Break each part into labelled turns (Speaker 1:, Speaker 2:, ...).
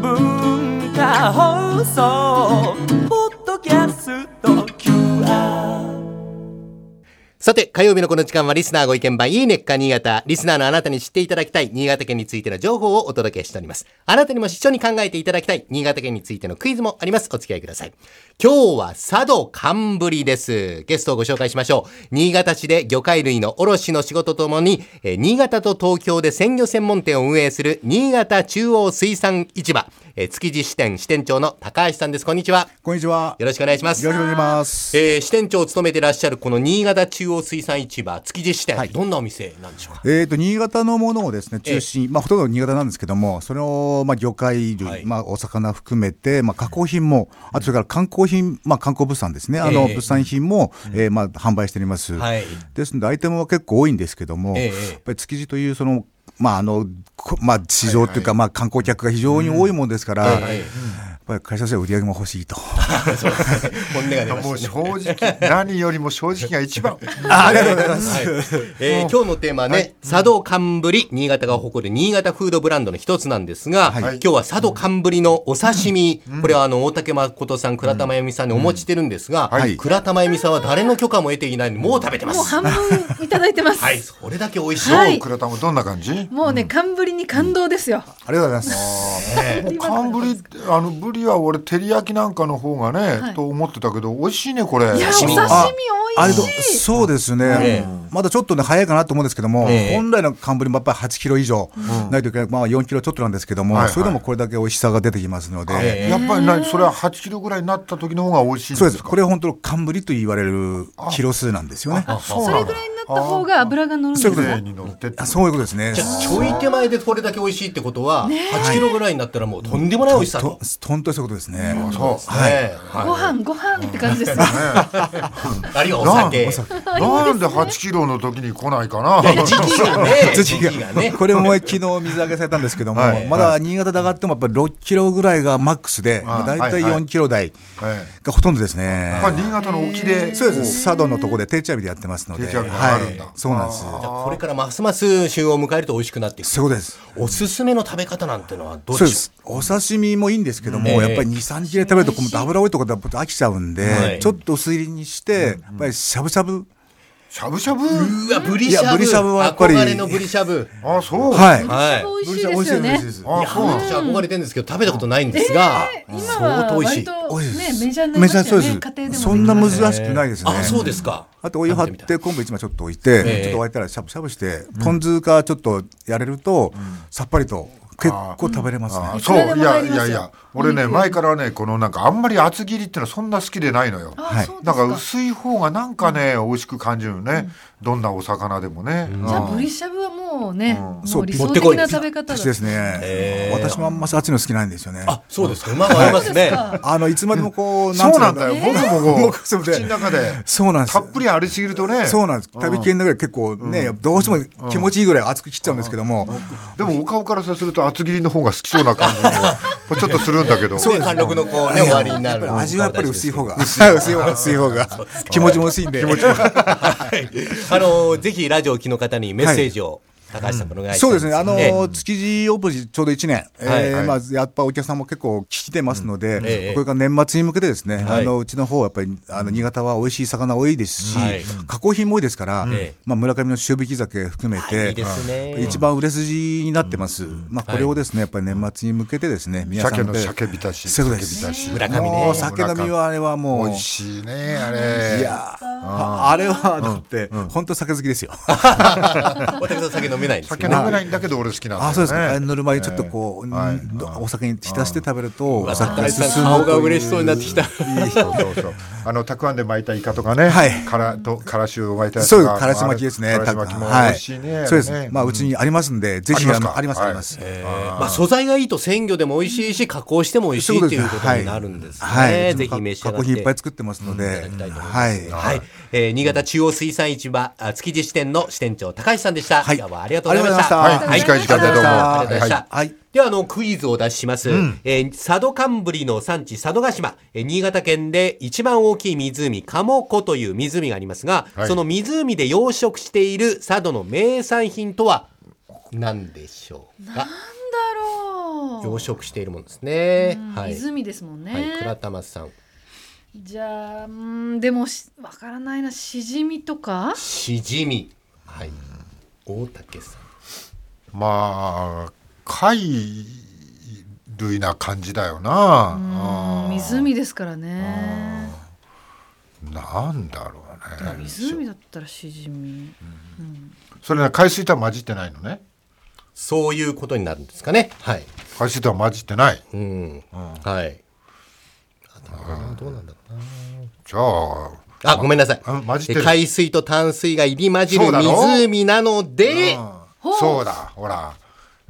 Speaker 1: 文化放送ポッドキャスト QR
Speaker 2: さて、火曜日のこの時間はリスナーご意見番、いいねっか新潟。リスナーのあなたに知っていただきたい、新潟県についての情報をお届けしております。あなたにも一緒に考えていただきたい、新潟県についてのクイズもあります。お付き合いください。今日は佐渡寒ぶりです。ゲストをご紹介しましょう。新潟市で魚介類の卸の仕事とともに、えー新潟と東京で鮮魚専門店を運営する、新潟中央水産市場、えー築地支店支店長の高橋さんです。こんにちは。
Speaker 3: こんにちは。
Speaker 2: よろしくお願いします
Speaker 3: よ。ろしくお願いします。
Speaker 2: えー支店長を務めてらっしゃるこの新潟中央水産市場築地支店、どんなお店なんでしょうか
Speaker 3: えー、と新潟のものをですね中心、まあ、ほとんど新潟なんですけども、それを、まあ、魚介類、
Speaker 2: はい
Speaker 3: まあ、お魚含めて、まあ、加工品も、あとそれから観光品、まあ、観光物産ですね、あの
Speaker 2: ええ
Speaker 3: 物産品も、えーまあ、販売しております、
Speaker 2: はい
Speaker 3: ですので、アイテムは結構多いんですけども、
Speaker 2: ええ
Speaker 3: やっぱり築地というその、まああのこまあ、市場というか、まあ、観光客が非常に多いもんですから、
Speaker 2: はい
Speaker 3: やっぱり会社としては売り上げも欲し いと。
Speaker 2: 本音が出ま
Speaker 4: もう
Speaker 2: し
Speaker 4: 正
Speaker 2: た、ね
Speaker 4: 直何よりも正直が一番
Speaker 3: ありがとうございます
Speaker 2: はいえー今日のテーマはね、佐渡寒ぶり新潟が誇る新潟フードブランドの一つなんですが、
Speaker 3: はい
Speaker 2: 今日は佐渡寒ぶりのお刺身、これはあの大竹誠さん倉田真由美さんにお持ちしてるんですが、
Speaker 3: はい
Speaker 2: 倉田真由美さんは誰の許可も得ていないのにもう食べてま
Speaker 5: もう
Speaker 2: す
Speaker 5: 半分いただいてます。
Speaker 2: はいそれだけ美味しい、
Speaker 5: はい
Speaker 4: 倉田もどんな感じ、
Speaker 5: もうね、寒ぶりに感動ですよ。
Speaker 3: ありがとうございます。
Speaker 4: もう寒ぶりってあのぶりは俺照り焼きなんかの方がね、
Speaker 5: はい
Speaker 4: と思ってたけど美味しいねこれ
Speaker 5: いや、お
Speaker 2: 刺
Speaker 5: 刺
Speaker 2: 身
Speaker 5: 身
Speaker 3: あ
Speaker 5: 美
Speaker 3: あれ
Speaker 5: 味
Speaker 3: と
Speaker 5: しい。
Speaker 3: そうですね、
Speaker 2: ええ
Speaker 3: まだちょっとね、早いかなと思うんですけども、
Speaker 2: ええ
Speaker 3: 本来の寒ぶりもやっぱり8キロ以上ないといけない、まあ4キロちょっとなんですけども、
Speaker 4: はいはい
Speaker 3: それでもこれだけ美味しさが出てきますので、
Speaker 2: え
Speaker 4: やっぱり何それは8キロぐらいになった時の方が美味しいん
Speaker 3: そう
Speaker 4: で
Speaker 3: ですす、
Speaker 4: か
Speaker 3: これは本当の寒ぶりと言われるキロ数なんですよね。
Speaker 4: そう
Speaker 5: そ
Speaker 4: な
Speaker 5: れ
Speaker 4: ん
Speaker 5: ぐ
Speaker 4: だ
Speaker 5: らいになった方が脂が乗るんです
Speaker 3: そういう
Speaker 4: 例
Speaker 3: こ
Speaker 5: よ。
Speaker 4: に乗ってって
Speaker 3: あそういうことですね。
Speaker 2: じゃあちょい手前でこれだけ美味しいってことは、8キロぐらいになったらもうとんでもない美味しさ
Speaker 3: と
Speaker 2: と。
Speaker 3: 本当にそういうことですね。
Speaker 4: そう
Speaker 2: はい、
Speaker 5: ご飯、ご飯って感じですよ。
Speaker 2: あるいはお酒。
Speaker 4: な
Speaker 2: 時
Speaker 4: なんで8キロの時に来ないかな
Speaker 2: 期がね、 時
Speaker 3: 土
Speaker 2: 期が
Speaker 3: が
Speaker 2: ね。
Speaker 3: これも昨日水揚げされたんですけども、
Speaker 4: はい
Speaker 3: まだ新潟で上がってもやっぱり6キロぐらいがマックスで、まあ、大体4キロ台
Speaker 4: え
Speaker 3: がほとんどですね。
Speaker 4: えまあ新潟の沖で
Speaker 3: そうです。佐渡のとこで定置網でやってますので。
Speaker 4: 定置網があるんだ
Speaker 3: はいそうなんです。
Speaker 2: じゃあこれからますます旬を迎えると美味しくなっていく。
Speaker 3: そういうことです。
Speaker 2: おすすめの食べ方なんてのはどうで
Speaker 3: そうで
Speaker 2: し
Speaker 3: す。お刺身もいいんですけども、
Speaker 2: ええ
Speaker 3: やっぱり2、3切れ食べると、こう油多いとかだと飽きちゃうんで、
Speaker 2: はい
Speaker 3: ちょっと薄切りにして、やっぱりしゃぶしゃぶ。
Speaker 4: しゃぶしゃぶ
Speaker 2: ょう。うわ、ブリ
Speaker 3: い
Speaker 2: シャ
Speaker 3: や
Speaker 2: ブ。
Speaker 3: ブリシャブはやっぱり
Speaker 2: 憧れのブリシャブ。
Speaker 4: あそう、
Speaker 3: はい。
Speaker 2: はい。
Speaker 5: 美味しいですよね。
Speaker 3: す
Speaker 4: あ
Speaker 2: いや、
Speaker 4: そうなんだ
Speaker 2: 私は憧れてるんですけど、食べたことないんですが、
Speaker 5: 今
Speaker 2: 相
Speaker 5: は
Speaker 2: 当美味し
Speaker 5: 割
Speaker 2: い。
Speaker 5: と
Speaker 3: 美味しい
Speaker 5: ね
Speaker 3: です。
Speaker 5: メジャーになりましたよ
Speaker 3: メジャーそ
Speaker 5: ね。家
Speaker 3: う
Speaker 5: 庭
Speaker 3: で。
Speaker 5: ですも。
Speaker 3: そんな難しくないですね。
Speaker 2: あ、そうですか。
Speaker 3: あとお湯張って昆布一枚ちょっと置いて、
Speaker 2: ええ
Speaker 3: ちょっと沸いたらしゃぶしゃぶして、ポン酢かちょっとやれると、さっぱりと結構食べれますね。
Speaker 4: そう
Speaker 5: いくら
Speaker 4: いや
Speaker 5: でも入り
Speaker 4: い
Speaker 5: ますよ
Speaker 4: やいや俺ね前からねこのなんかあんまり厚切りってのはそんな好きでないのよ
Speaker 5: あ、そうで
Speaker 4: な
Speaker 5: す
Speaker 4: んか
Speaker 5: か。
Speaker 4: 薄い方がなんかね、美味しく感じるね、どんなお魚でもね、うん
Speaker 5: じゃあ、ブリシャブはもうね、も
Speaker 3: そうう
Speaker 5: 理
Speaker 3: 持
Speaker 5: 想
Speaker 2: って
Speaker 5: 的
Speaker 2: こい
Speaker 5: な食べ方だ。
Speaker 3: 私ですね、私もあんまり熱いの好きないんですよね。
Speaker 2: あ、そうですか。馬が合いますね。
Speaker 3: あのいつまでもこう、
Speaker 4: そう
Speaker 3: つ
Speaker 4: な
Speaker 3: の
Speaker 4: ん
Speaker 3: か
Speaker 4: だよ、僕もこう、
Speaker 3: 僕そうで
Speaker 4: 口の中で、
Speaker 3: そうなんです
Speaker 4: たっぷりありすぎるとね、
Speaker 3: そうなんです。旅券だけ結構ね、どうしても気持ちいいぐらい熱く切っちゃうんですけども、
Speaker 4: でもお顔からすると厚切りの方が好きそうな感じ もちょっとするんだけど、
Speaker 2: そう貫禄のこうね、終わりにな
Speaker 3: やっぱり
Speaker 2: る。
Speaker 3: 味はやっぱり薄い方が、薄い方が、薄い方が、 気持ちも薄いんで。
Speaker 2: あのぜひラジオ機の方にメッセージを、高橋さんお願いします。
Speaker 3: そうですね、あの
Speaker 2: ええ
Speaker 3: 築地オープンちょうど1年、
Speaker 2: はい
Speaker 3: えー
Speaker 4: はい
Speaker 3: まあ、やっぱお客さんも結構来てますので、
Speaker 2: ええ
Speaker 3: これから年末に向けてですね、
Speaker 2: はい
Speaker 3: あのうちの方はやっぱりあの新潟は美味しい魚多いですし、
Speaker 2: はい
Speaker 3: 加工品も多いですから、
Speaker 2: ええ
Speaker 3: まあ、村上の塩引き酒含めて、
Speaker 2: いいですね
Speaker 3: 一番売れ筋になってます、まあ、これをですね、やっぱり年末に向けてですね、皆さん
Speaker 4: 鮭の
Speaker 3: で
Speaker 4: 鮭浸し、
Speaker 3: そう
Speaker 4: 鮭
Speaker 3: です
Speaker 4: 浸し、
Speaker 2: 村上
Speaker 3: も
Speaker 2: ね
Speaker 3: う。酒飲みはあれはもう
Speaker 4: 美味しいね、あれ。
Speaker 3: いやーああれはだって、本当酒好きですよ。
Speaker 2: 私は酒飲めないんです
Speaker 4: 酒
Speaker 2: け
Speaker 4: 飲
Speaker 2: ど。
Speaker 4: めないんだけど俺好きなんだよ、ね。
Speaker 3: あ、そうですか。乗る前にちょっとこう、
Speaker 4: はい
Speaker 3: うんどお酒に浸して食べると、お酒
Speaker 2: 高
Speaker 3: が
Speaker 2: 橋さ
Speaker 3: 進
Speaker 2: ん
Speaker 3: むと
Speaker 2: 顔
Speaker 3: い
Speaker 2: が嬉しそうになってきた。
Speaker 4: そうそうそう。あの、たくあんで巻いたイカとかね。
Speaker 3: はい
Speaker 4: から、と、からしを巻いたやつ
Speaker 3: そうです、からし巻きですね。
Speaker 4: からし
Speaker 3: た
Speaker 4: 巻きも美味しいね。
Speaker 3: そうです。まあ、
Speaker 4: あれね、
Speaker 3: うちにありますんで、ぜひ、
Speaker 4: あ
Speaker 3: あ
Speaker 4: りますか
Speaker 3: のあります、
Speaker 4: はい
Speaker 3: あります。
Speaker 2: まあ素材がいいと鮮魚でも美味しいし、加工しても美味しいっていうことになるんですね。ぜひ召し上
Speaker 3: 加
Speaker 2: がっ
Speaker 3: 工品いっぱい
Speaker 2: て。
Speaker 3: 作ってますの
Speaker 2: いた
Speaker 3: で
Speaker 2: だきたいと思い、ます
Speaker 3: はい。
Speaker 2: はい、えー新潟中央水産市場あ築地支店の支店長高橋さんでした。
Speaker 3: はい
Speaker 2: 今日はありがとうございました。
Speaker 3: ありが
Speaker 4: とうございましたはい短い時間でどうも
Speaker 2: ありがとうございました。
Speaker 4: はい
Speaker 3: はい
Speaker 2: ではあのクイズを出します。えー佐渡寒ぶりの産地佐渡島、えー新潟県で一番大きい湖鴨湖という湖がありますが、
Speaker 4: はい
Speaker 2: その湖で養殖している佐渡の名産品とは何でしょうか
Speaker 5: ろう。
Speaker 2: 養殖しているものですね
Speaker 5: うん。
Speaker 2: はい。
Speaker 5: 泉ですもんね。
Speaker 2: はい、倉玉さん。
Speaker 5: じゃあ、うん、でもし、わからないな、しじみとか。
Speaker 2: しじみ。はい。大竹さん。
Speaker 4: まあ貝類な感じだよな
Speaker 5: うん、湖ですからね。
Speaker 4: うんなんだろうね
Speaker 5: 湖だったらしじみ。
Speaker 4: それね海水とは混じってないのね
Speaker 2: そういうことになるんですかね。はい。
Speaker 4: 海水とは混じってない
Speaker 2: うん。はい。あとはどうなんだろうな。
Speaker 4: じゃあ
Speaker 2: あ、ごめんなさい
Speaker 4: あ混じっ。て
Speaker 2: え
Speaker 4: る
Speaker 2: 海水と淡水が入り混じる
Speaker 4: そうだろ
Speaker 2: 湖なので、
Speaker 5: ほう
Speaker 4: そうだほら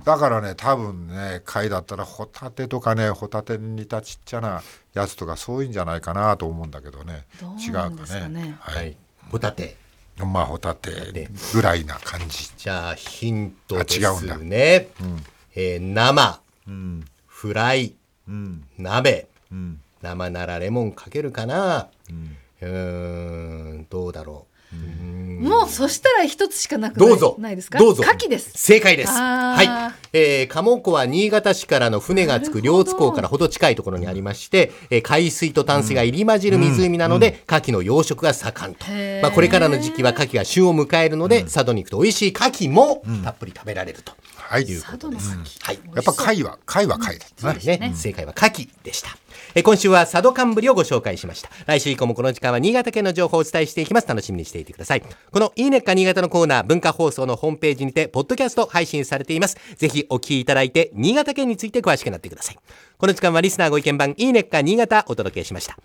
Speaker 4: だからね多分ね貝だったらホタテとかねホタテに似たちっちゃなやつとかそういうんじゃないかなと思うんだけどね
Speaker 5: ど
Speaker 4: 違
Speaker 5: う
Speaker 4: う
Speaker 5: な
Speaker 4: か
Speaker 5: んですかね
Speaker 4: ね、は、
Speaker 2: はいい。ホタテ。
Speaker 4: まあホタテぐらいな感じ
Speaker 2: じゃあヒント
Speaker 4: あ
Speaker 2: で
Speaker 4: 違うんだ
Speaker 2: すね。えー生、フライ、
Speaker 4: うん
Speaker 2: 鍋、
Speaker 4: うん
Speaker 2: 生ならレモンかけるかな。うーん、どうだろう。
Speaker 5: もう、そしたら一つしかなくない。
Speaker 2: どうぞ。
Speaker 5: ないですか。
Speaker 2: どうぞ。
Speaker 5: 牡蠣です。
Speaker 2: 正解です。
Speaker 5: あ
Speaker 2: はい
Speaker 5: ー。
Speaker 2: えー、鴨湖は新潟市からの船が着く両津港からほど近いところにありまして、えー海水と淡水が入り混じる湖なので、牡蠣の養殖が盛んと
Speaker 5: へ。ー
Speaker 2: まあ、これからの時期は牡蠣が旬を迎えるので、佐渡に行くと美味しい牡蠣もたっぷり食べられると。
Speaker 4: はいや
Speaker 5: 佐渡の先。
Speaker 2: はい。
Speaker 4: っぱ貝は貝は貝だったね
Speaker 2: ね、正解は牡蠣でした。えー今週は佐渡寒ぶりをご紹介しました。来週以降もこの時間は新潟県の情報をお伝えしていきます。楽しみにしていてください。このいいねっか新潟のコーナー、文化放送のホームページにて、ポッドキャスト配信されています。ぜひお聞きいただいて、新潟県について詳しくなってください。この時間はリスナーご意見番、いいねっか新潟お届けしました。